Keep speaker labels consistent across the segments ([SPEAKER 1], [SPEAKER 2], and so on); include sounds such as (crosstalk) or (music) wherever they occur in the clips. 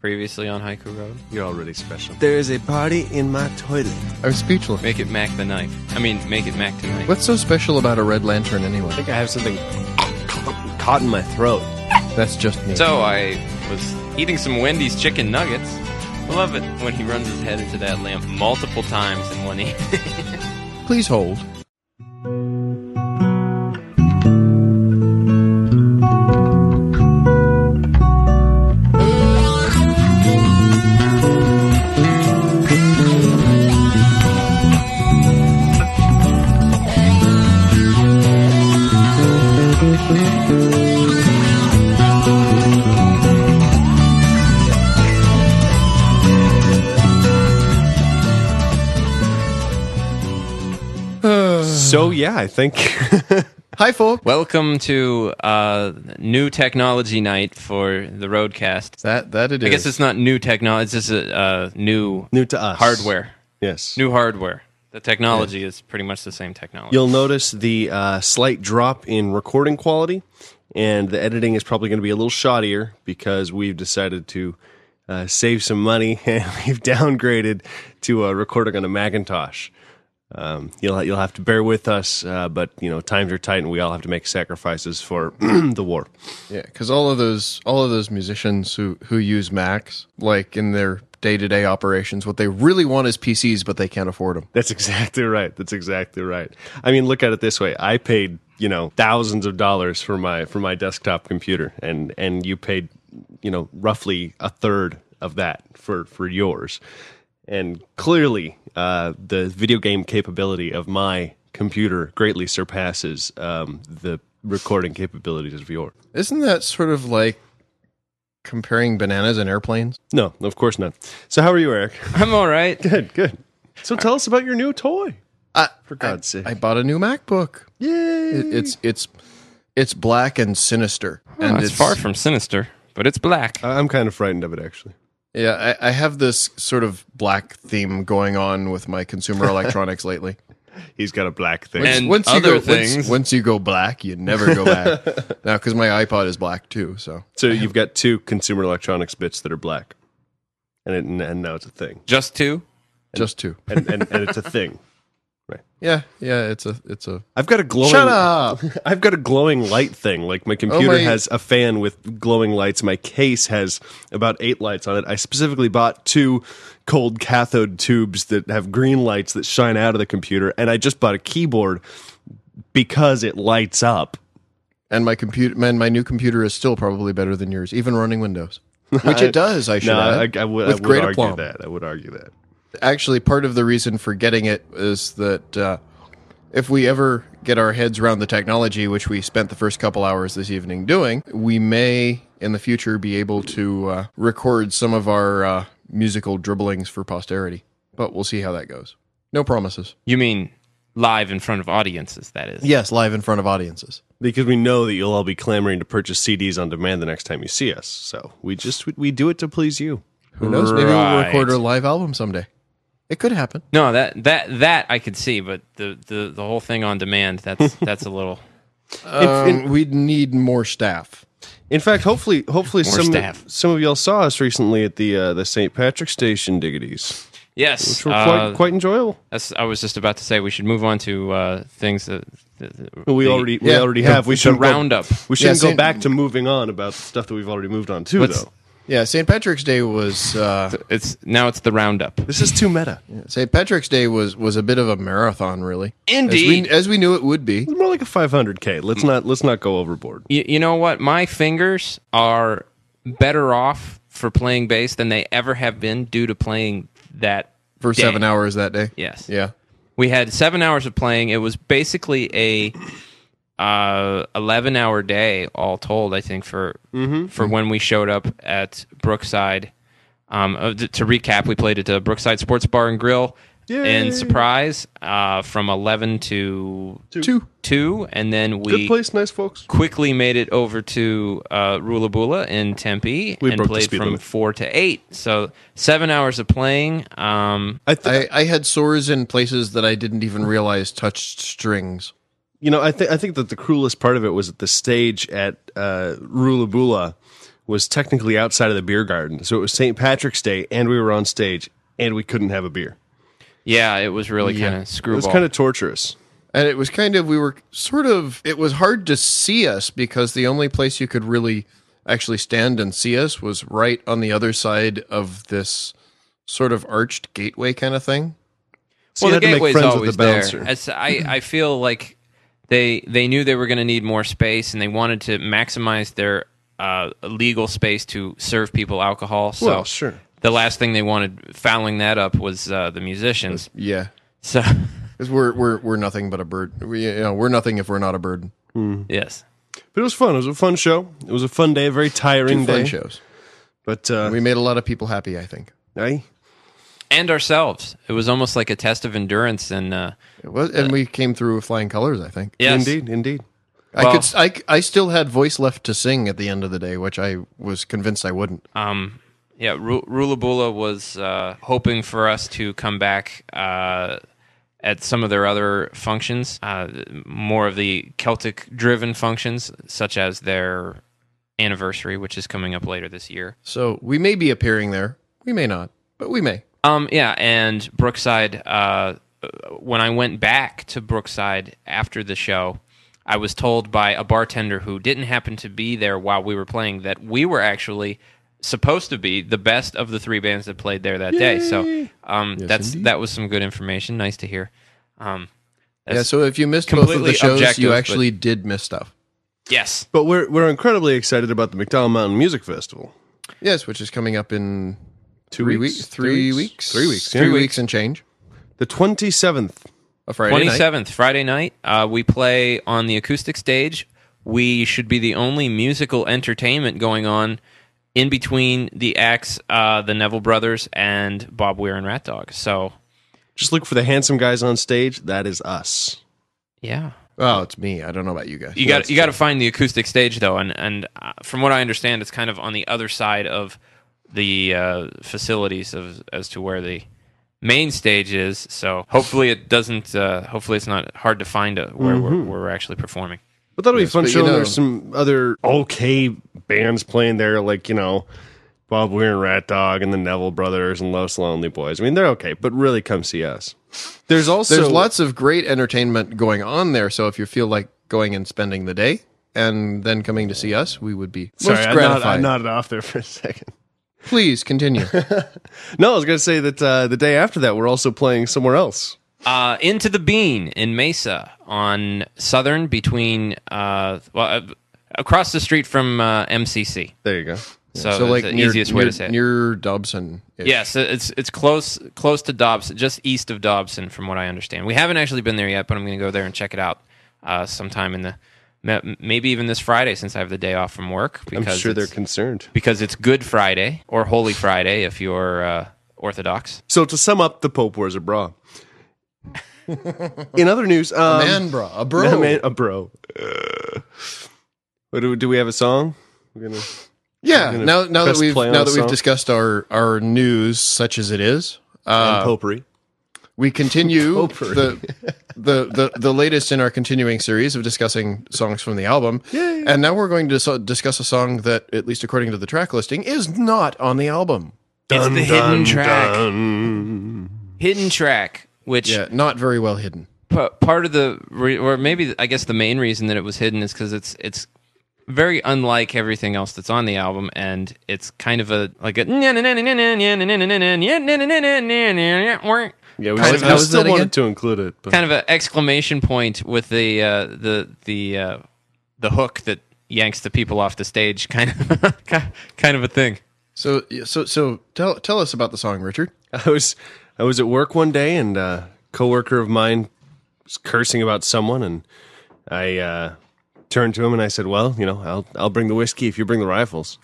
[SPEAKER 1] previously on Haiku Road?
[SPEAKER 2] You're already special.
[SPEAKER 3] There is a party in my toilet.
[SPEAKER 4] I'm speechless.
[SPEAKER 1] Make it Mac the Knife. I mean, make it Mac tonight.
[SPEAKER 4] What's so special about a red lantern anyway?
[SPEAKER 2] I think I have something caught in my throat.
[SPEAKER 4] That's just me.
[SPEAKER 1] So I was eating some Wendy's chicken nuggets. I love it when he runs his head into that lamp multiple times in one evening.
[SPEAKER 4] Please hold.
[SPEAKER 2] So yeah, I think
[SPEAKER 4] Hi,
[SPEAKER 1] (laughs)
[SPEAKER 4] folks.
[SPEAKER 1] Welcome to uh, new technology night for the Roadcast.
[SPEAKER 4] That that it is.
[SPEAKER 1] I guess it's not new technology. It's just a uh, new
[SPEAKER 2] (laughs) new to us
[SPEAKER 1] hardware.
[SPEAKER 2] Yes,
[SPEAKER 1] New hardware. The technology is pretty much the same technology.
[SPEAKER 2] You'll notice the uh, slight drop in recording quality, and the editing is probably going to be a little shoddier because we've decided to uh, save some money (laughs) and we've downgraded to uh, recording on a Macintosh. Um, you'll you'll have to bear with us, uh, but you know times are tight and we all have to make sacrifices for (clears throat) the war.
[SPEAKER 4] Yeah, because all of those all of those musicians who who use Macs, like in their day to day operations, what they really want is PCs, but they can't afford them.
[SPEAKER 2] That's exactly right. That's exactly right. I mean, look at it this way. I paid, you know, thousands of dollars for my for my desktop computer and and you paid, you know, roughly a third of that for for yours. And clearly, uh, the video game capability of my computer greatly surpasses um, the recording capabilities of yours.
[SPEAKER 4] Isn't that sort of like comparing bananas and airplanes?
[SPEAKER 2] No, of course not. So how are you, Eric? (laughs)
[SPEAKER 1] I'm all right. (laughs)
[SPEAKER 2] Good, good. So tell us about your new toy.
[SPEAKER 4] I,
[SPEAKER 2] For God's sake.
[SPEAKER 4] I bought a new MacBook.
[SPEAKER 2] Yay!
[SPEAKER 4] It, it's it's it's black and sinister, and
[SPEAKER 1] it's Uh, far from sinister, but it's black.
[SPEAKER 2] I- I'm kind of frightened of it actually.
[SPEAKER 4] Yeah, I, I have this sort of black theme going on with
[SPEAKER 1] (laughs)
[SPEAKER 4] my consumer electronics lately.
[SPEAKER 2] He's got a black thing.
[SPEAKER 1] And
[SPEAKER 4] you
[SPEAKER 1] other
[SPEAKER 4] go, once-
[SPEAKER 1] things.
[SPEAKER 4] Once, you go black, you never go
[SPEAKER 2] (laughs)
[SPEAKER 4] back. now, because my iPod is black too, so
[SPEAKER 2] So you've got two consumer electronics bits that are black, and it, and now it's a thing,
[SPEAKER 1] Just two.
[SPEAKER 4] just two.
[SPEAKER 2] and, and, and it's a thing.
[SPEAKER 4] Yeah, yeah, it's a it's a.
[SPEAKER 2] I've got a glowing.
[SPEAKER 4] Shut up.
[SPEAKER 2] I've got a glowing light thing. Like Oh my computer
[SPEAKER 4] my-
[SPEAKER 2] has a fan with glowing lights. My case has about eight lights on it. I specifically bought two cold cathode tubes that have green lights that shine out of the computer, and I just bought a keyboard because it lights up.
[SPEAKER 4] (laughs) And my computer, man, my new computer is still probably better than yours, even running
[SPEAKER 2] (laughs)
[SPEAKER 4] Windows, which it does. I should
[SPEAKER 2] No, I, I,
[SPEAKER 4] add,
[SPEAKER 2] would, I
[SPEAKER 4] with
[SPEAKER 2] would
[SPEAKER 4] great
[SPEAKER 2] argue
[SPEAKER 4] aplomb.
[SPEAKER 2] that. I would argue that.
[SPEAKER 4] Actually, part of the reason for getting it is that uh, if we ever get our heads around the technology, which we spent the first couple hours this evening doing, we may in the future be able to uh, record some of our uh, musical dribblings for posterity. But we'll see how that goes. No promises.
[SPEAKER 1] You mean live in front of audiences? That is.
[SPEAKER 4] Yes, live in front of audiences.
[SPEAKER 2] because we know that you'll all be clamoring to purchase CDs on demand the next time you see us. So we just we, we do it to please you.
[SPEAKER 4] Who knows? Maybe we'll
[SPEAKER 1] Right.
[SPEAKER 4] record a live album someday. It could happen.
[SPEAKER 1] No, that that that I could see, but the the, the whole thing on demand
[SPEAKER 2] (laughs)
[SPEAKER 1] that's that's a little
[SPEAKER 4] Um, we'd need more staff.
[SPEAKER 2] In fact, hopefully, hopefully
[SPEAKER 1] More
[SPEAKER 2] some
[SPEAKER 1] staff.
[SPEAKER 2] some of y'all saw us recently at the uh, the St. Patrick Station diggities,
[SPEAKER 1] yes.
[SPEAKER 2] which were
[SPEAKER 1] uh,
[SPEAKER 2] quite quite enjoyable.
[SPEAKER 1] that's- I was just about to say we should move on to uh, things that, that- that-
[SPEAKER 2] We
[SPEAKER 1] the-
[SPEAKER 2] already we
[SPEAKER 4] yeah,
[SPEAKER 2] already have. We
[SPEAKER 1] the
[SPEAKER 2] should
[SPEAKER 1] roundup.
[SPEAKER 2] We shouldn't
[SPEAKER 4] Yeah,
[SPEAKER 2] go
[SPEAKER 4] Saint-
[SPEAKER 2] back to moving on about stuff that we've already moved on to
[SPEAKER 1] What's-
[SPEAKER 2] though.
[SPEAKER 4] Yeah, St. Patrick's Day was uh,
[SPEAKER 1] It's now it's the roundup.
[SPEAKER 2] This is too meta.
[SPEAKER 4] St. Patrick's Day was was a bit of a marathon, really.
[SPEAKER 1] Indeed.
[SPEAKER 4] as we, as we knew it would be.
[SPEAKER 2] It's more like a 500k.
[SPEAKER 1] Mm.
[SPEAKER 2] Let's not let's not go overboard.
[SPEAKER 1] You, you know what? My fingers are better off for playing bass than they ever have been due to playing that
[SPEAKER 4] for
[SPEAKER 1] day.
[SPEAKER 4] seven hours that day.
[SPEAKER 1] Yes.
[SPEAKER 4] Yeah.
[SPEAKER 1] We had seven hours of playing. It was basically a uh, eleven hour day all told. I think for for when we showed up at Brookside. Um, uh, t- to recap, we played at the Brookside Sports Bar and Grill in Surprise uh, from eleven to
[SPEAKER 4] Two.
[SPEAKER 1] two, and then
[SPEAKER 2] Good
[SPEAKER 1] we
[SPEAKER 2] place, nice folks.
[SPEAKER 1] quickly made it over to uh, Rulabula in Tempe
[SPEAKER 2] We
[SPEAKER 1] and
[SPEAKER 2] broke the
[SPEAKER 1] played
[SPEAKER 2] speed
[SPEAKER 1] from
[SPEAKER 2] limit.
[SPEAKER 1] four to eight. So seven hours of playing. Um,
[SPEAKER 2] I, th-
[SPEAKER 4] I, I had sores in places that I didn't even realize touched strings.
[SPEAKER 2] you know, I think I think that the cruelest part of it was that the stage at uh, Rulabula was technically outside of the beer garden. So it was St. Patrick's Day, and we were on stage, and we couldn't have a beer.
[SPEAKER 1] Yeah, it was really
[SPEAKER 4] Yeah.
[SPEAKER 1] kind of
[SPEAKER 2] It
[SPEAKER 1] screwball.
[SPEAKER 2] was kind of torturous.
[SPEAKER 4] And it was kind of, we were sort of, it was hard to see us because the only place you could really actually stand and see us was right on the other side of this sort of arched gateway kind of thing.
[SPEAKER 2] So you
[SPEAKER 1] well,
[SPEAKER 2] had
[SPEAKER 1] the
[SPEAKER 2] to make
[SPEAKER 1] gateway's
[SPEAKER 2] friends with
[SPEAKER 1] always
[SPEAKER 2] the bouncer.
[SPEAKER 1] there. As I, I feel like they they knew they were going to need more space, and they wanted to maximize their uh, legal space to serve people alcohol. So
[SPEAKER 2] Well, sure.
[SPEAKER 1] The last thing they wanted fouling that up was uh, the musicians.
[SPEAKER 4] Yeah.
[SPEAKER 1] So (laughs)
[SPEAKER 4] Because we're, we're, we're nothing but a bird. We, you know, we're nothing if we're not a bird.
[SPEAKER 1] yes,
[SPEAKER 2] But it was fun. It was a fun show. It was a fun day, a very tiring
[SPEAKER 4] Two
[SPEAKER 2] day.
[SPEAKER 4] fun shows.
[SPEAKER 2] But uh,
[SPEAKER 4] We made a lot of people happy, I think.
[SPEAKER 2] I,
[SPEAKER 1] and ourselves. It was almost like a test of endurance, and uh,
[SPEAKER 4] It was, and we came through with flying colors, I think.
[SPEAKER 1] yes,
[SPEAKER 2] indeed, indeed.
[SPEAKER 4] I could, I, I still had voice left to sing at the end of the day, which I was convinced I wouldn't.
[SPEAKER 1] Um, yeah, Ru- Rulabula was uh, hoping for us to come back uh, at some of their other functions, uh, more of the Celtic-driven functions, such as their anniversary, which is coming up later this year.
[SPEAKER 4] So we may be appearing there. We may not, but we may.
[SPEAKER 1] Um, yeah, and Brookside. Uh, when I went back to Brookside after the show, I was told by a bartender who didn't happen to be there while we were playing that we were actually supposed to be the best of the three bands that played there that day. So, um, that's that was some good information. Nice to hear. Um,
[SPEAKER 4] Yeah,
[SPEAKER 1] that's-
[SPEAKER 4] so if you missed both of the
[SPEAKER 1] completely
[SPEAKER 4] shows,
[SPEAKER 1] objective,
[SPEAKER 4] you
[SPEAKER 1] but-
[SPEAKER 4] actually did miss stuff.
[SPEAKER 1] yes,
[SPEAKER 2] But we're we're incredibly excited about the McDowell Mountain Music Festival.
[SPEAKER 4] Yes, which is coming up in
[SPEAKER 2] Two
[SPEAKER 4] three
[SPEAKER 2] weeks,
[SPEAKER 4] weeks, three weeks,
[SPEAKER 2] three weeks,
[SPEAKER 4] three weeks and change.
[SPEAKER 2] The twenty seventh.
[SPEAKER 4] A Friday
[SPEAKER 1] twenty
[SPEAKER 4] night.
[SPEAKER 1] seventh Friday night. Uh, we play on the acoustic stage. We should be the only musical entertainment going on in between the acts, uh, the Neville Brothers and Bob Weir and Rat Dog. So
[SPEAKER 2] Just look for the handsome guys on stage. That is us.
[SPEAKER 1] yeah,
[SPEAKER 4] Oh, it's me. I don't know about you guys.
[SPEAKER 1] you got you got to find the acoustic stage though, and and uh, from what I understand, it's kind of on the other side of the uh, facilities of as to where the main stage is. So hopefully it doesn't. Uh, hopefully it's not hard to find uh where,
[SPEAKER 4] Mm-hmm.
[SPEAKER 1] we're, where we're actually performing.
[SPEAKER 2] But that'll be a fun
[SPEAKER 4] but
[SPEAKER 2] show.
[SPEAKER 4] you
[SPEAKER 2] and
[SPEAKER 4] know-
[SPEAKER 2] There's some other okay bands playing there, like you know Bob Weir and Rat Dog and the Neville Brothers and Los Lonely Boys. I mean, they're okay, but really come see us. There's also
[SPEAKER 4] There's lots of great entertainment going on there. So if you feel like going and spending the day and then coming to see us, we would be
[SPEAKER 2] Sorry, I,
[SPEAKER 4] most
[SPEAKER 2] nodded, I
[SPEAKER 4] gratified.
[SPEAKER 2] nodded off there for a second.
[SPEAKER 4] Please continue.
[SPEAKER 2] No, I was going to say that uh, the day after that, we're also playing somewhere else.
[SPEAKER 1] uh, into the bean in Mesa on Southern between uh, well uh, across the street from uh, MCC.
[SPEAKER 2] There you go.
[SPEAKER 1] So,
[SPEAKER 4] so like
[SPEAKER 1] it's Oh, the
[SPEAKER 4] near,
[SPEAKER 1] easiest way
[SPEAKER 4] near-
[SPEAKER 1] to say it.
[SPEAKER 4] near Dobson.
[SPEAKER 1] yes, uh, it's it's close close to Dobson, just east of Dobson, from what I understand. We haven't actually been there yet, but I'm going to go there and check it out uh, sometime in the ma- maybe even this Friday since I have the day off from work
[SPEAKER 2] I'm
[SPEAKER 1] because
[SPEAKER 2] sure they're
[SPEAKER 1] it's-
[SPEAKER 2] concerned.
[SPEAKER 1] because it's Good Friday or Holy Friday if you're uh, Orthodox.
[SPEAKER 2] So to sum up, the Pope wears a (laughs) bra. In other news, um,
[SPEAKER 4] man, bro, a
[SPEAKER 2] (laughs)
[SPEAKER 4] bro.
[SPEAKER 2] a man- a bro. Uh, what do, we- do we have a song? We're gonna,
[SPEAKER 4] Yeah.
[SPEAKER 2] gonna
[SPEAKER 4] Now, now that
[SPEAKER 2] press
[SPEAKER 4] we've
[SPEAKER 2] play on
[SPEAKER 4] now
[SPEAKER 2] a
[SPEAKER 4] that we've
[SPEAKER 2] song.
[SPEAKER 4] discussed our our news, such as it is,
[SPEAKER 2] and
[SPEAKER 4] uh,
[SPEAKER 2] potpourri. (laughs)
[SPEAKER 4] we continue
[SPEAKER 2] Potpourri.
[SPEAKER 4] the, (laughs) the the the latest in our continuing series of discussing songs from the album. And now we're going to so- discuss a song that, at least according to the track listing, is not on the album.
[SPEAKER 1] it's the hidden track, hidden track, which
[SPEAKER 4] Yeah, not very well hidden.
[SPEAKER 1] p- part of the re- or maybe I guess the main reason that it was hidden is because it's it's very unlike everything else that's on the album, and it's kind of a like a kind
[SPEAKER 2] Yeah, we
[SPEAKER 4] Kind
[SPEAKER 2] kind
[SPEAKER 4] of- how
[SPEAKER 2] I
[SPEAKER 4] is
[SPEAKER 2] still
[SPEAKER 4] that again?
[SPEAKER 2] wanted to include it. But
[SPEAKER 1] of an exclamation point with the uh, the the uh, the hook that yanks the people off the stage, (laughs) kind of kind of a thing.
[SPEAKER 4] So so so tell tell us about the song, Richard.
[SPEAKER 2] I was I was at work one day and a coworker of mine was cursing about someone and I uh, turned to him and I said, "Well, you know, I'll I'll bring the whiskey if you bring the rifles."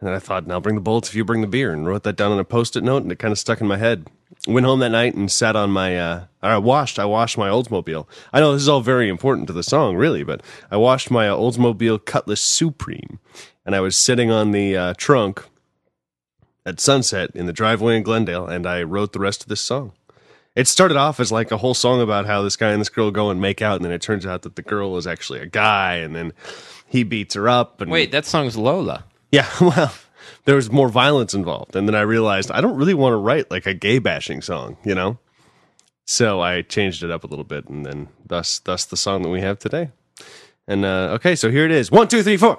[SPEAKER 2] And then I thought, "And I'll bring the bullets if you bring the beer." And wrote that down on a post-it note and it kind of stuck in my head. Went home that night and sat on my uh, or I washed I washed my Oldsmobile. I know this is all very important to the song, really, but I washed my uh, Oldsmobile Cutlass Supreme and I was sitting on the uh, trunk at sunset in the driveway in Glendale, and I wrote the rest of this song. It started off as like a whole song about how this guy and this girl go and make out, and then it turns out that the girl is actually a guy, and then he beats her up. And
[SPEAKER 1] Wait, that song's Lola.
[SPEAKER 2] Yeah, (laughs) well, there was more violence involved, and then I realized I don't really want to write like a gay bashing song, you know. So I changed it up a little bit, and then thus thus the song that we have today. And uh, okay, so here it is: one, two, three, four.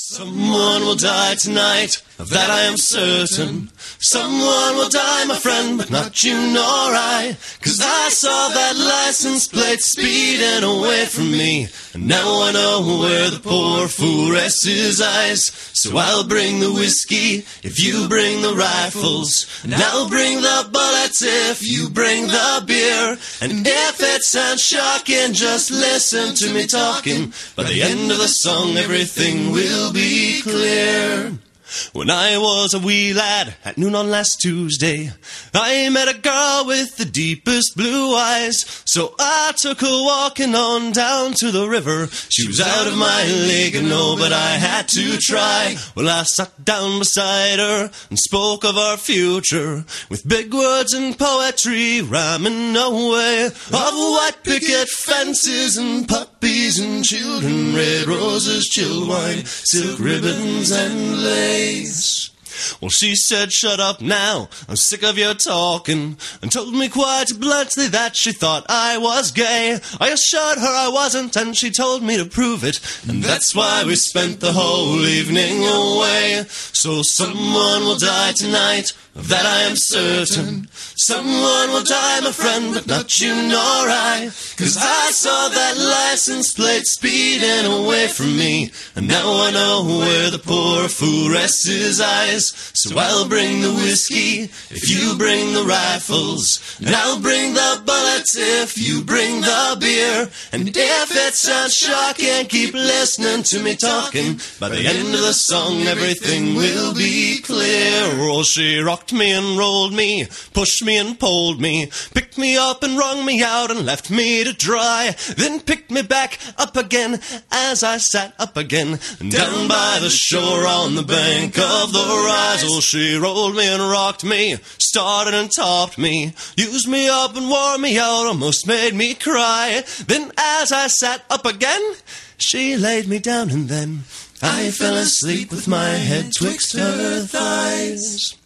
[SPEAKER 5] Someone will die tonight, of that I am certain. Someone will die, my friend, but not you nor I. Cause I saw that license plate speeding away from me. And now I know where the poor fool rests his eyes. So I'll bring the whiskey if you bring the rifles. And I'll bring the bullets if you bring the beer. And if it sounds shocking, just listen to me talking. By the end of the song, everything will be clear. When I was a wee lad at noon on last Tuesday, I met a girl with the deepest blue eyes. So I took her walking on down to the river. She was out of my league, and no, but I had to try. Well, I sat down beside her and spoke of our future with big words and poetry rhyming away of white picket fences and puppies and children, red roses, chilled wine, silk ribbons and lace. Well, she said, shut up now, I'm sick of your talking, and told me quite bluntly that she thought I was gay. I assured her I wasn't, and she told me to prove it, and that's why we spent the whole evening away. So someone will die tonight, of that I am certain. Someone will die, my friend, but not you nor I, cause I saw that license plate speeding away from me, and now I know where the poor fool rests his eyes. So I'll bring the whiskey if you bring the rifles, and I'll bring the bullets if you bring the beer. And if it sounds shocking, keep listening to me talking. By the end of the song, everything will be clear. Oh, she rocked me and rolled me, pushed me and pulled me, picked me up and wrung me out and left me to dry. Then picked me back up again as I sat up again down by the shore on the bank of the rise. Oh, she rolled me and rocked me, started and topped me, used me up and wore me out, almost made me cry. Then as I sat up again, she laid me down and then I fell asleep with my head twixt her thighs.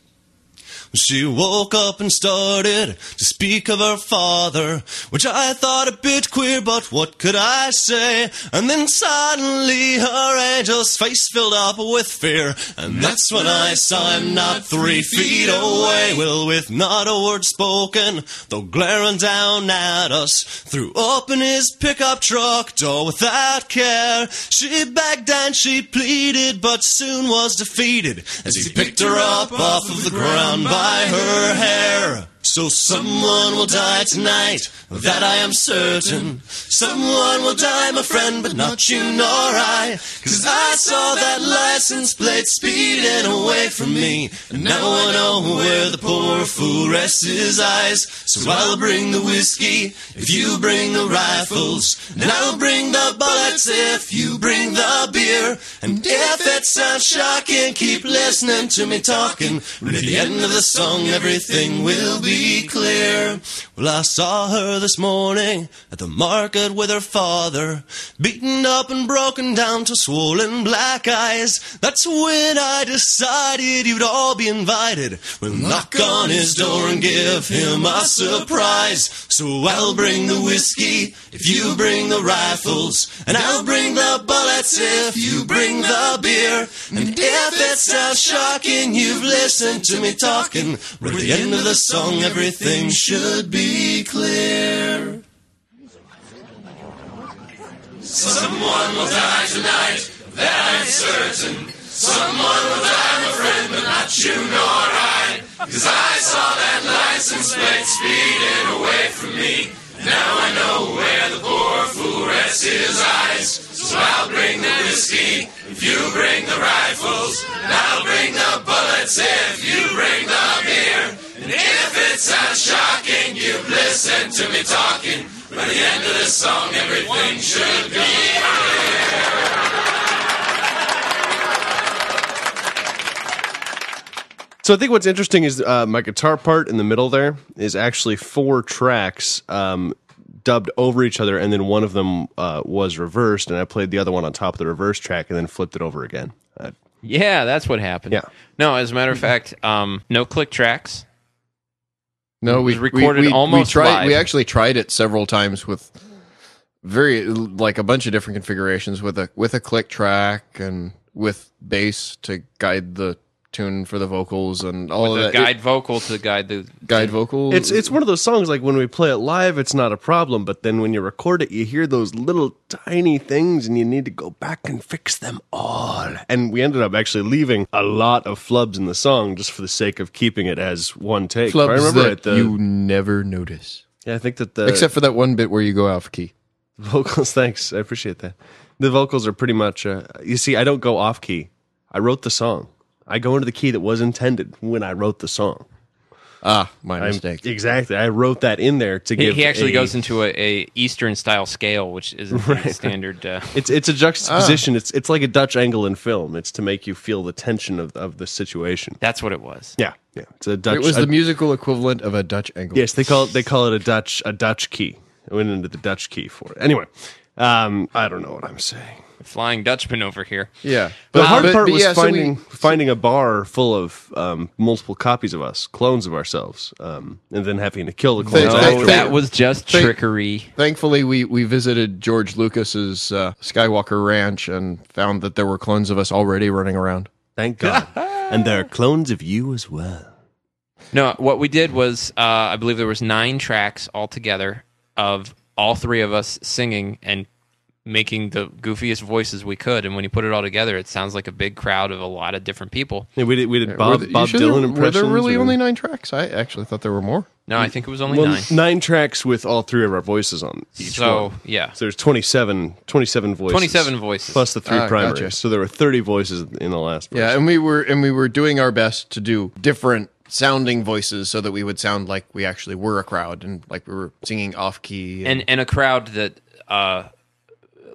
[SPEAKER 5] She woke up and started to speak of her father, which I thought a bit queer, but what could I say? And then suddenly her angel's face filled up with fear, and that's when I saw him not three feet away. Well, with not a word spoken, though glaring down at us, threw open his pickup truck door without care. She begged and she pleaded, but soon was defeated as he picked her up off of the ground by her hair. So someone will die tonight, of that I am certain. Someone will die, my friend, but not you nor I. Cause I saw that license plate speeding away from me. And now I know where the poor fool rests his eyes. So I'll bring the whiskey if you bring the rifles. And I'll bring the bullets if you bring the beer. And if it sounds shocking, keep listening to me talking. And at the end of the song, everything will be clear. Well, I saw her this morning at the market with her father, beaten up and broken down to swollen black eyes. That's when I decided you'd all be invited. We'll knock on his door and give him a surprise. So I'll bring the whiskey if you bring the rifles, and I'll bring the bullets if you bring the beer. And if it sounds shocking, you've listened to me talking. At the end of the song, everything should be clear. Someone will die tonight, that I'm certain. Someone will die, my friend, but not you nor I. Cause I saw that license plate speeding away from me. Now I know where the poor fool rests his eyes. So I'll bring the whiskey if you bring the rifles. And I'll bring the bullets if you bring the beer. And if it sounds shocking, you've listened to me talking. By the end of this song, everything should be
[SPEAKER 2] So I think what's interesting is uh, my guitar part in the middle there is actually four tracks um, dubbed over each other, and then one of them uh, was reversed, and I played the other one on top of the reverse track, and then flipped it over again. Uh,
[SPEAKER 1] Yeah, that's what happened.
[SPEAKER 2] Yeah.
[SPEAKER 1] No, as a matter of fact, um, no click tracks.
[SPEAKER 4] No, we
[SPEAKER 1] was recorded
[SPEAKER 4] we, we,
[SPEAKER 1] almost
[SPEAKER 4] We, tried,
[SPEAKER 1] live.
[SPEAKER 4] we actually tried it several times with very like a bunch of different configurations with a with a click track and with bass to guide the tune for the vocals and all
[SPEAKER 1] The
[SPEAKER 4] of that
[SPEAKER 1] guide vocal to guide the.
[SPEAKER 4] It- guide vocal.
[SPEAKER 2] It's it's one of those songs like when we play it live, it's not a problem, but then when you record it, you hear those little tiny things, and you need to go back and fix them all. And we ended up actually leaving a lot of flubs in the song just for the sake of keeping it as one take. If I
[SPEAKER 4] clubs
[SPEAKER 2] remember
[SPEAKER 4] that
[SPEAKER 2] it. The,
[SPEAKER 4] you never notice,
[SPEAKER 2] yeah, I think that the
[SPEAKER 4] except for that one bit where you go off key.
[SPEAKER 2] (laughs) vocals. Thanks, I appreciate that. The vocals are pretty much. Uh, you see, I don't go off key. I wrote the song. I go into the key that was intended when I wrote the song.
[SPEAKER 4] Ah, my
[SPEAKER 2] I'm-
[SPEAKER 4] mistake.
[SPEAKER 2] exactly. I wrote that in there to
[SPEAKER 1] He,
[SPEAKER 2] give.
[SPEAKER 1] he actually
[SPEAKER 2] a-
[SPEAKER 1] goes into a, a Eastern style scale, which
[SPEAKER 2] (laughs)
[SPEAKER 1] isn't the standard. Uh,
[SPEAKER 2] It's it's a juxtaposition. It's it's like a Dutch angle in film. It's to make you feel the tension of, of the situation.
[SPEAKER 1] that's what it was.
[SPEAKER 2] Yeah, yeah. It's a Dutch.
[SPEAKER 4] It was
[SPEAKER 2] a-
[SPEAKER 4] the musical equivalent of a Dutch angle.
[SPEAKER 2] yes, they call it they call it a Dutch a Dutch key. I went into the Dutch key for it. Anyway, um, I don't know what I'm saying.
[SPEAKER 1] Flying Dutchman over here.
[SPEAKER 4] yeah.
[SPEAKER 2] the hard part was
[SPEAKER 4] yeah, so we-
[SPEAKER 2] finding finding a bar full of um, multiple copies of us, clones of ourselves, um, and then having to kill the clones.
[SPEAKER 4] Thanks,
[SPEAKER 1] Oh,
[SPEAKER 2] afterward.
[SPEAKER 4] thanks,
[SPEAKER 1] that was just
[SPEAKER 4] Thank-
[SPEAKER 1] trickery.
[SPEAKER 4] Thankfully, we, we visited George Lucas's uh, Skywalker Ranch and found that there were clones of us already running around.
[SPEAKER 2] Thank (laughs) God. and there are clones of you as well.
[SPEAKER 1] No, what we did was uh, I believe there was nine tracks altogether of all three of us singing and making the goofiest voices we could. And when you put it all together, it sounds like a big crowd of a lot of different people.
[SPEAKER 2] Yeah, we did we did Bob,
[SPEAKER 4] Were the-
[SPEAKER 2] Bob
[SPEAKER 4] you sure
[SPEAKER 2] Dylan
[SPEAKER 4] there- Were
[SPEAKER 2] impressions.
[SPEAKER 4] there really
[SPEAKER 2] and-
[SPEAKER 4] only nine tracks? I actually thought there were more.
[SPEAKER 1] No, I think it was only
[SPEAKER 2] Mm. Well,
[SPEAKER 1] nine.
[SPEAKER 2] nine. tracks with all three of our voices on each
[SPEAKER 1] So
[SPEAKER 2] one.
[SPEAKER 1] yeah,
[SPEAKER 2] So there's 27, 27 voices.
[SPEAKER 1] 27 voices.
[SPEAKER 2] Plus the three
[SPEAKER 4] Ah,
[SPEAKER 2] primaries.
[SPEAKER 4] gotcha.
[SPEAKER 2] So there were 30 voices in the last
[SPEAKER 4] Yeah,
[SPEAKER 2] verse.
[SPEAKER 4] and we were and we were doing our best to do different sounding voices so that we would sound like we actually were a crowd and like we were singing off key.
[SPEAKER 1] and and a crowd that uh,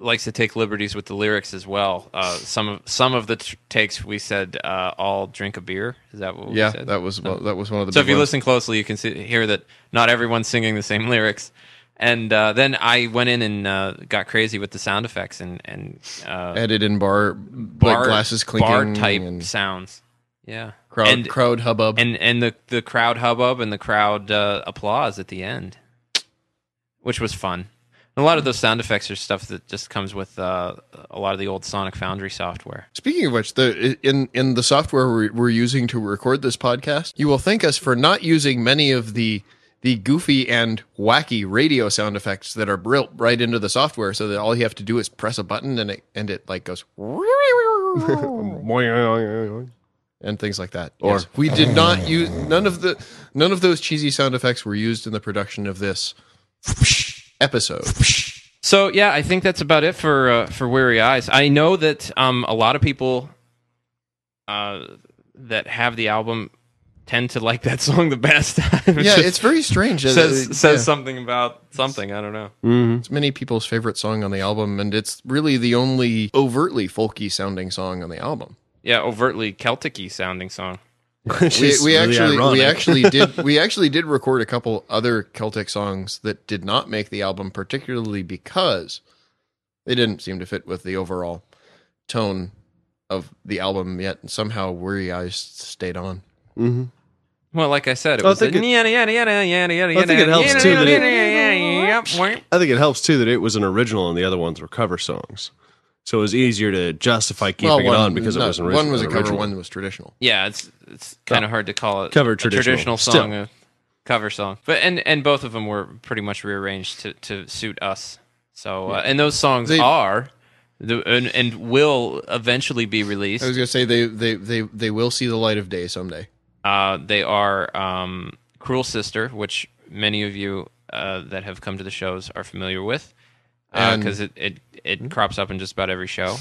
[SPEAKER 1] likes to take liberties with the lyrics as well. Uh, some of some of the tr- takes we said uh, all drink a beer. Is that what?
[SPEAKER 4] yeah,
[SPEAKER 1] we said?
[SPEAKER 4] that was well, that was one of the.
[SPEAKER 1] So
[SPEAKER 4] big
[SPEAKER 1] if you
[SPEAKER 4] ones.
[SPEAKER 1] listen closely, you can see, hear that not everyone's singing the same (laughs) lyrics. And uh, then I went in and uh, got crazy with the sound effects and and uh,
[SPEAKER 4] added in bar,
[SPEAKER 1] bar
[SPEAKER 4] like glasses clinking,
[SPEAKER 1] bar type
[SPEAKER 4] and
[SPEAKER 1] sounds. Yeah,
[SPEAKER 4] crowd
[SPEAKER 1] and
[SPEAKER 4] crowd hubbub.
[SPEAKER 1] and, and the the crowd hubbub and the crowd uh, applause at the end, which was fun. And a lot of those sound effects are stuff that just comes with uh, a lot of the old Sonic Foundry software.
[SPEAKER 4] Speaking of which, the in in the software we're, we're using to record this podcast, you will thank us for not using many of the the goofy and wacky radio sound effects that are built right into the software, so that all you have to do is press a button and it and it like goes (laughs) and things like that. Or we did not use none of the none of those cheesy sound effects were used in the production of this
[SPEAKER 1] (laughs)
[SPEAKER 4] episode.
[SPEAKER 1] So yeah, I think that's about it for uh, for Weary Eyes. I know that um, a lot of people uh, that have the album tend to like that (laughs) song the best.
[SPEAKER 4] Yeah, it's very strange. that
[SPEAKER 1] says
[SPEAKER 4] it-
[SPEAKER 1] says
[SPEAKER 4] yeah.
[SPEAKER 1] something about something. I don't know.
[SPEAKER 4] It's many people's favorite song on the album, and it's really the only overtly folky sounding song on the album.
[SPEAKER 1] Yeah, overtly Celtic-y sounding song.
[SPEAKER 2] (laughs) Which
[SPEAKER 4] We,
[SPEAKER 2] is
[SPEAKER 4] we
[SPEAKER 2] really
[SPEAKER 4] actually
[SPEAKER 2] ironic. (laughs)
[SPEAKER 4] we actually did we actually did record a couple other Celtic songs that did not make the album, particularly because they didn't seem to fit with the overall tone of the album. Yet somehow Weary Eyes stayed on.
[SPEAKER 1] Well, like I said, it
[SPEAKER 2] I
[SPEAKER 1] was.
[SPEAKER 2] think
[SPEAKER 1] the-
[SPEAKER 2] it-
[SPEAKER 1] yada, yada, yada, yada, yada,
[SPEAKER 2] I think it
[SPEAKER 1] yada,
[SPEAKER 2] helps,
[SPEAKER 1] yada,
[SPEAKER 2] too,
[SPEAKER 1] yada,
[SPEAKER 2] that it-
[SPEAKER 1] yada, yada, yada.
[SPEAKER 2] I think it helps too that it was an original and the other ones were cover songs. So it was easier to justify keeping
[SPEAKER 4] Well,
[SPEAKER 2] it on because it
[SPEAKER 4] no,
[SPEAKER 2] was an original.
[SPEAKER 4] one was a
[SPEAKER 2] an
[SPEAKER 4] cover,
[SPEAKER 2] original.
[SPEAKER 4] one was traditional.
[SPEAKER 1] Yeah, it's it's kind of hard to call it
[SPEAKER 2] Cover
[SPEAKER 1] a
[SPEAKER 2] traditional. Still.
[SPEAKER 1] song, a cover song. But and and both of them were pretty much rearranged to to suit us. So uh, and those songs
[SPEAKER 4] They-
[SPEAKER 1] are the, and, and will eventually be released.
[SPEAKER 4] I was gonna say they they they they will see the light of day someday.
[SPEAKER 1] Uh, they are um, Cruel Sister, which many of you uh, that have come to the shows are familiar with
[SPEAKER 4] And-
[SPEAKER 1] because it, it,
[SPEAKER 2] Hmm?
[SPEAKER 1] it crops up in just about every show.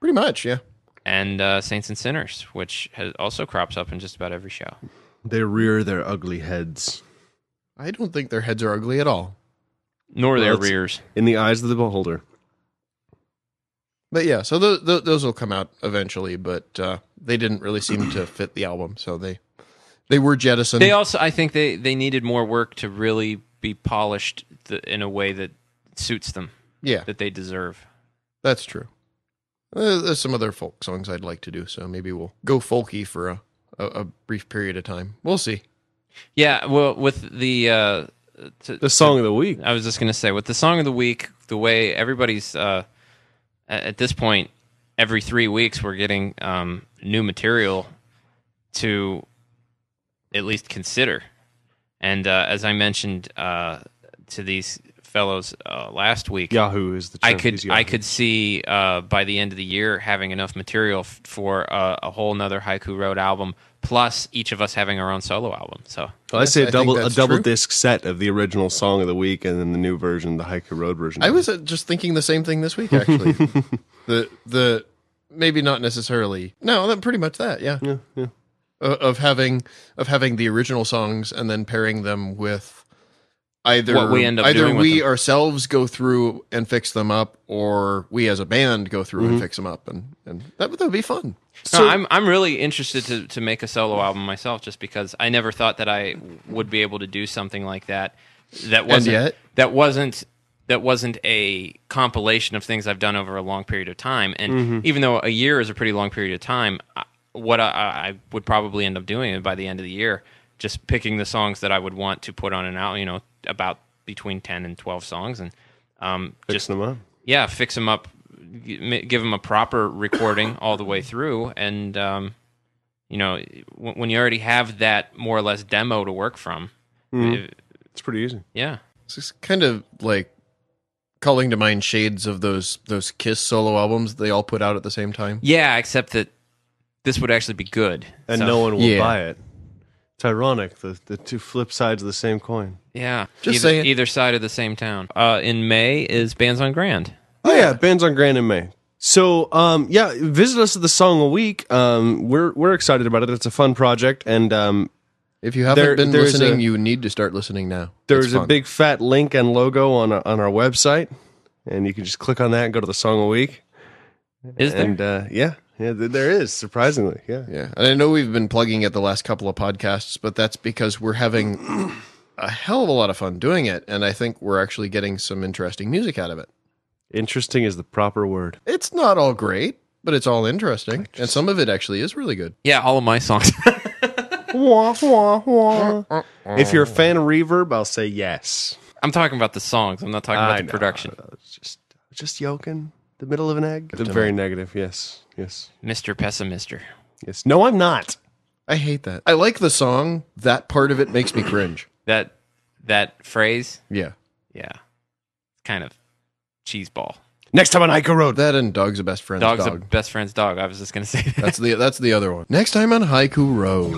[SPEAKER 4] Pretty much, yeah.
[SPEAKER 1] And uh, Saints and Sinners, which has also crops up in just about every show.
[SPEAKER 2] They rear their ugly heads
[SPEAKER 4] I don't think their heads are ugly at all.
[SPEAKER 1] Nor their
[SPEAKER 2] it's-
[SPEAKER 1] rears.
[SPEAKER 2] in the eyes of the beholder.
[SPEAKER 4] But yeah, so th- th- those will come out eventually, but uh, they didn't really seem to fit the album, so they they were jettisoned.
[SPEAKER 1] They also, I think they, they needed more work to really be polished th in a way that suits them,
[SPEAKER 4] yeah,
[SPEAKER 1] that they deserve.
[SPEAKER 4] that's true. Uh, there's some other folk songs I'd like to do, so maybe we'll go folky for a, a, a brief period of time. We'll see.
[SPEAKER 1] Yeah, well, with the uh, to,
[SPEAKER 2] The song of the week.
[SPEAKER 1] I was just gonna say with the song of the week, the way everybody's uh, a- at this point, every three weeks we're getting um, new material to at least consider. And uh, as I mentioned uh, to these fellows uh, last week,
[SPEAKER 2] Yahoo is the.
[SPEAKER 1] I
[SPEAKER 2] term. He's
[SPEAKER 1] could
[SPEAKER 2] Yahoo.
[SPEAKER 1] I could see uh, by the end of the year having enough material f- for uh, a whole nother Haiku Road album, plus each of us having our own solo album. So
[SPEAKER 2] Well, I say
[SPEAKER 4] I
[SPEAKER 2] a
[SPEAKER 4] think
[SPEAKER 2] double a
[SPEAKER 4] that's
[SPEAKER 2] double
[SPEAKER 4] true.
[SPEAKER 2] disc set of the original song of the week and then the new version, the Hiker Road version.
[SPEAKER 4] I was uh, just thinking the same thing this week, actually. (laughs) the the maybe not necessarily. No, that, pretty much that. Yeah. Yeah. Uh, of having of having the original songs and then pairing them with either
[SPEAKER 1] What we end up
[SPEAKER 4] either
[SPEAKER 1] doing with
[SPEAKER 4] we
[SPEAKER 1] them.
[SPEAKER 4] ourselves go through and fix them up, or we as a band go through and fix them up, and and that would that would be fun.
[SPEAKER 1] no, I'm I'm really interested to to make a solo album myself, just because I never thought that I would be able to do something like that. That wasn't
[SPEAKER 4] yet-
[SPEAKER 1] that wasn't that wasn't a compilation of things I've done over a long period of time. And even though a year is a pretty long period of time, I, what I, I would probably end up doing by the end of the year, just picking the songs that I would want to put on an album. You know, about between ten and twelve songs, and um,
[SPEAKER 2] Fix
[SPEAKER 1] just
[SPEAKER 2] them up.
[SPEAKER 1] yeah, fix them up, g- m- give them a proper
[SPEAKER 2] (coughs)
[SPEAKER 1] recording all the way through, and um, you know when, when you already have that more or less demo to work from,
[SPEAKER 2] Mm-hmm.
[SPEAKER 1] eh,
[SPEAKER 2] It's pretty easy.
[SPEAKER 1] yeah,
[SPEAKER 4] It's just kind of like calling to mind shades of those those Kiss solo albums they all put out at the same time.
[SPEAKER 1] yeah. Except that this would actually be good,
[SPEAKER 2] And
[SPEAKER 1] So,
[SPEAKER 2] no one will
[SPEAKER 4] Yeah.
[SPEAKER 2] buy it. It's ironic. The the two flip sides of the same coin.
[SPEAKER 1] yeah,
[SPEAKER 4] Just
[SPEAKER 1] either,
[SPEAKER 4] saying.
[SPEAKER 1] either side of the same town. Uh, in May is Bands on Grand.
[SPEAKER 2] Oh yeah, bands on Grand in May. So um, yeah, visit us at the Song a Week. Um, we're we're excited about it. It's a fun project, and um,
[SPEAKER 4] If you haven't
[SPEAKER 2] There-
[SPEAKER 4] been
[SPEAKER 2] there's
[SPEAKER 4] listening,
[SPEAKER 2] a-
[SPEAKER 4] you need to start listening now. It's
[SPEAKER 2] there's a
[SPEAKER 4] fun.
[SPEAKER 2] big fat link and logo on our, on our website, and you can just click on that and go to the Song a Week.
[SPEAKER 1] Is there?
[SPEAKER 2] And uh, yeah, yeah, th- there is surprisingly. Yeah,
[SPEAKER 4] Yeah, and I know we've been plugging it the last couple of podcasts, but that's because we're having a hell of a lot of fun doing it, and I think we're actually getting some interesting music out of it.
[SPEAKER 2] interesting is the proper word.
[SPEAKER 4] It's not all great, but it's all interesting, and some of it actually is really good.
[SPEAKER 1] yeah, all of my songs. (laughs)
[SPEAKER 2] Wah, wah, wah. If you're a fan of reverb, I'll say yes.
[SPEAKER 1] I'm talking about the songs. I'm not talking about
[SPEAKER 2] I
[SPEAKER 1] the
[SPEAKER 2] know.
[SPEAKER 1] production.
[SPEAKER 2] Just just yoking the middle of an egg. Very negative. Yes, yes,
[SPEAKER 1] Mr. Pessimister.
[SPEAKER 2] yes. No, I'm not.
[SPEAKER 4] I hate that. I like the song. That part of it makes me cringe.
[SPEAKER 1] That that phrase,
[SPEAKER 4] Yeah,
[SPEAKER 1] yeah, kind of cheese ball.
[SPEAKER 2] Next time on Ico Road.
[SPEAKER 4] that and dog's a best friend's
[SPEAKER 1] Dog's
[SPEAKER 4] dog.
[SPEAKER 1] a best friend's dog. I was just gonna say that.
[SPEAKER 4] That's the that's the other one. Next time on Haiku Road.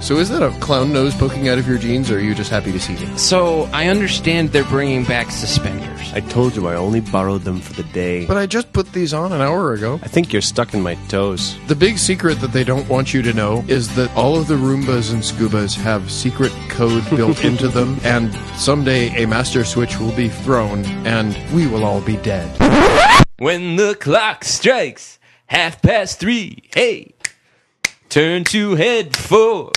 [SPEAKER 4] So is that a clown nose poking out of your jeans, or are you just happy to see me?
[SPEAKER 1] (laughs) So I understand they're bringing back suspenders.
[SPEAKER 2] I told you I only borrowed them for the day.
[SPEAKER 4] But I just put these on an hour ago.
[SPEAKER 2] I think you're stuck in my toes.
[SPEAKER 4] The big secret that they don't want you to know is that all of the Roombas and Scubas have secret code (laughs) built into them, and someday a master switch will be thrown, and we will all be dead.
[SPEAKER 1] When the clock strikes half past three, hey, turn to head for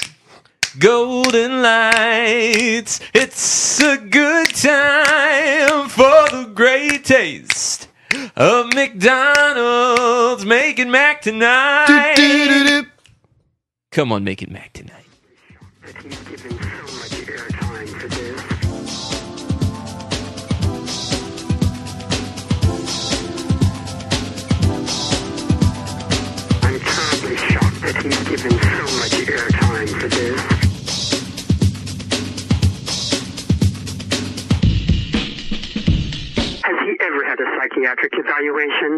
[SPEAKER 1] golden lights. It's a good time for the great taste of McDonald's making Mac tonight.
[SPEAKER 4] Do-do-do-do.
[SPEAKER 1] Come on, make it Mac tonight.
[SPEAKER 6] You've given so much airtime to this. I'm terribly shocked that he's given so much airtime to this. Has he ever had a psychiatric evaluation?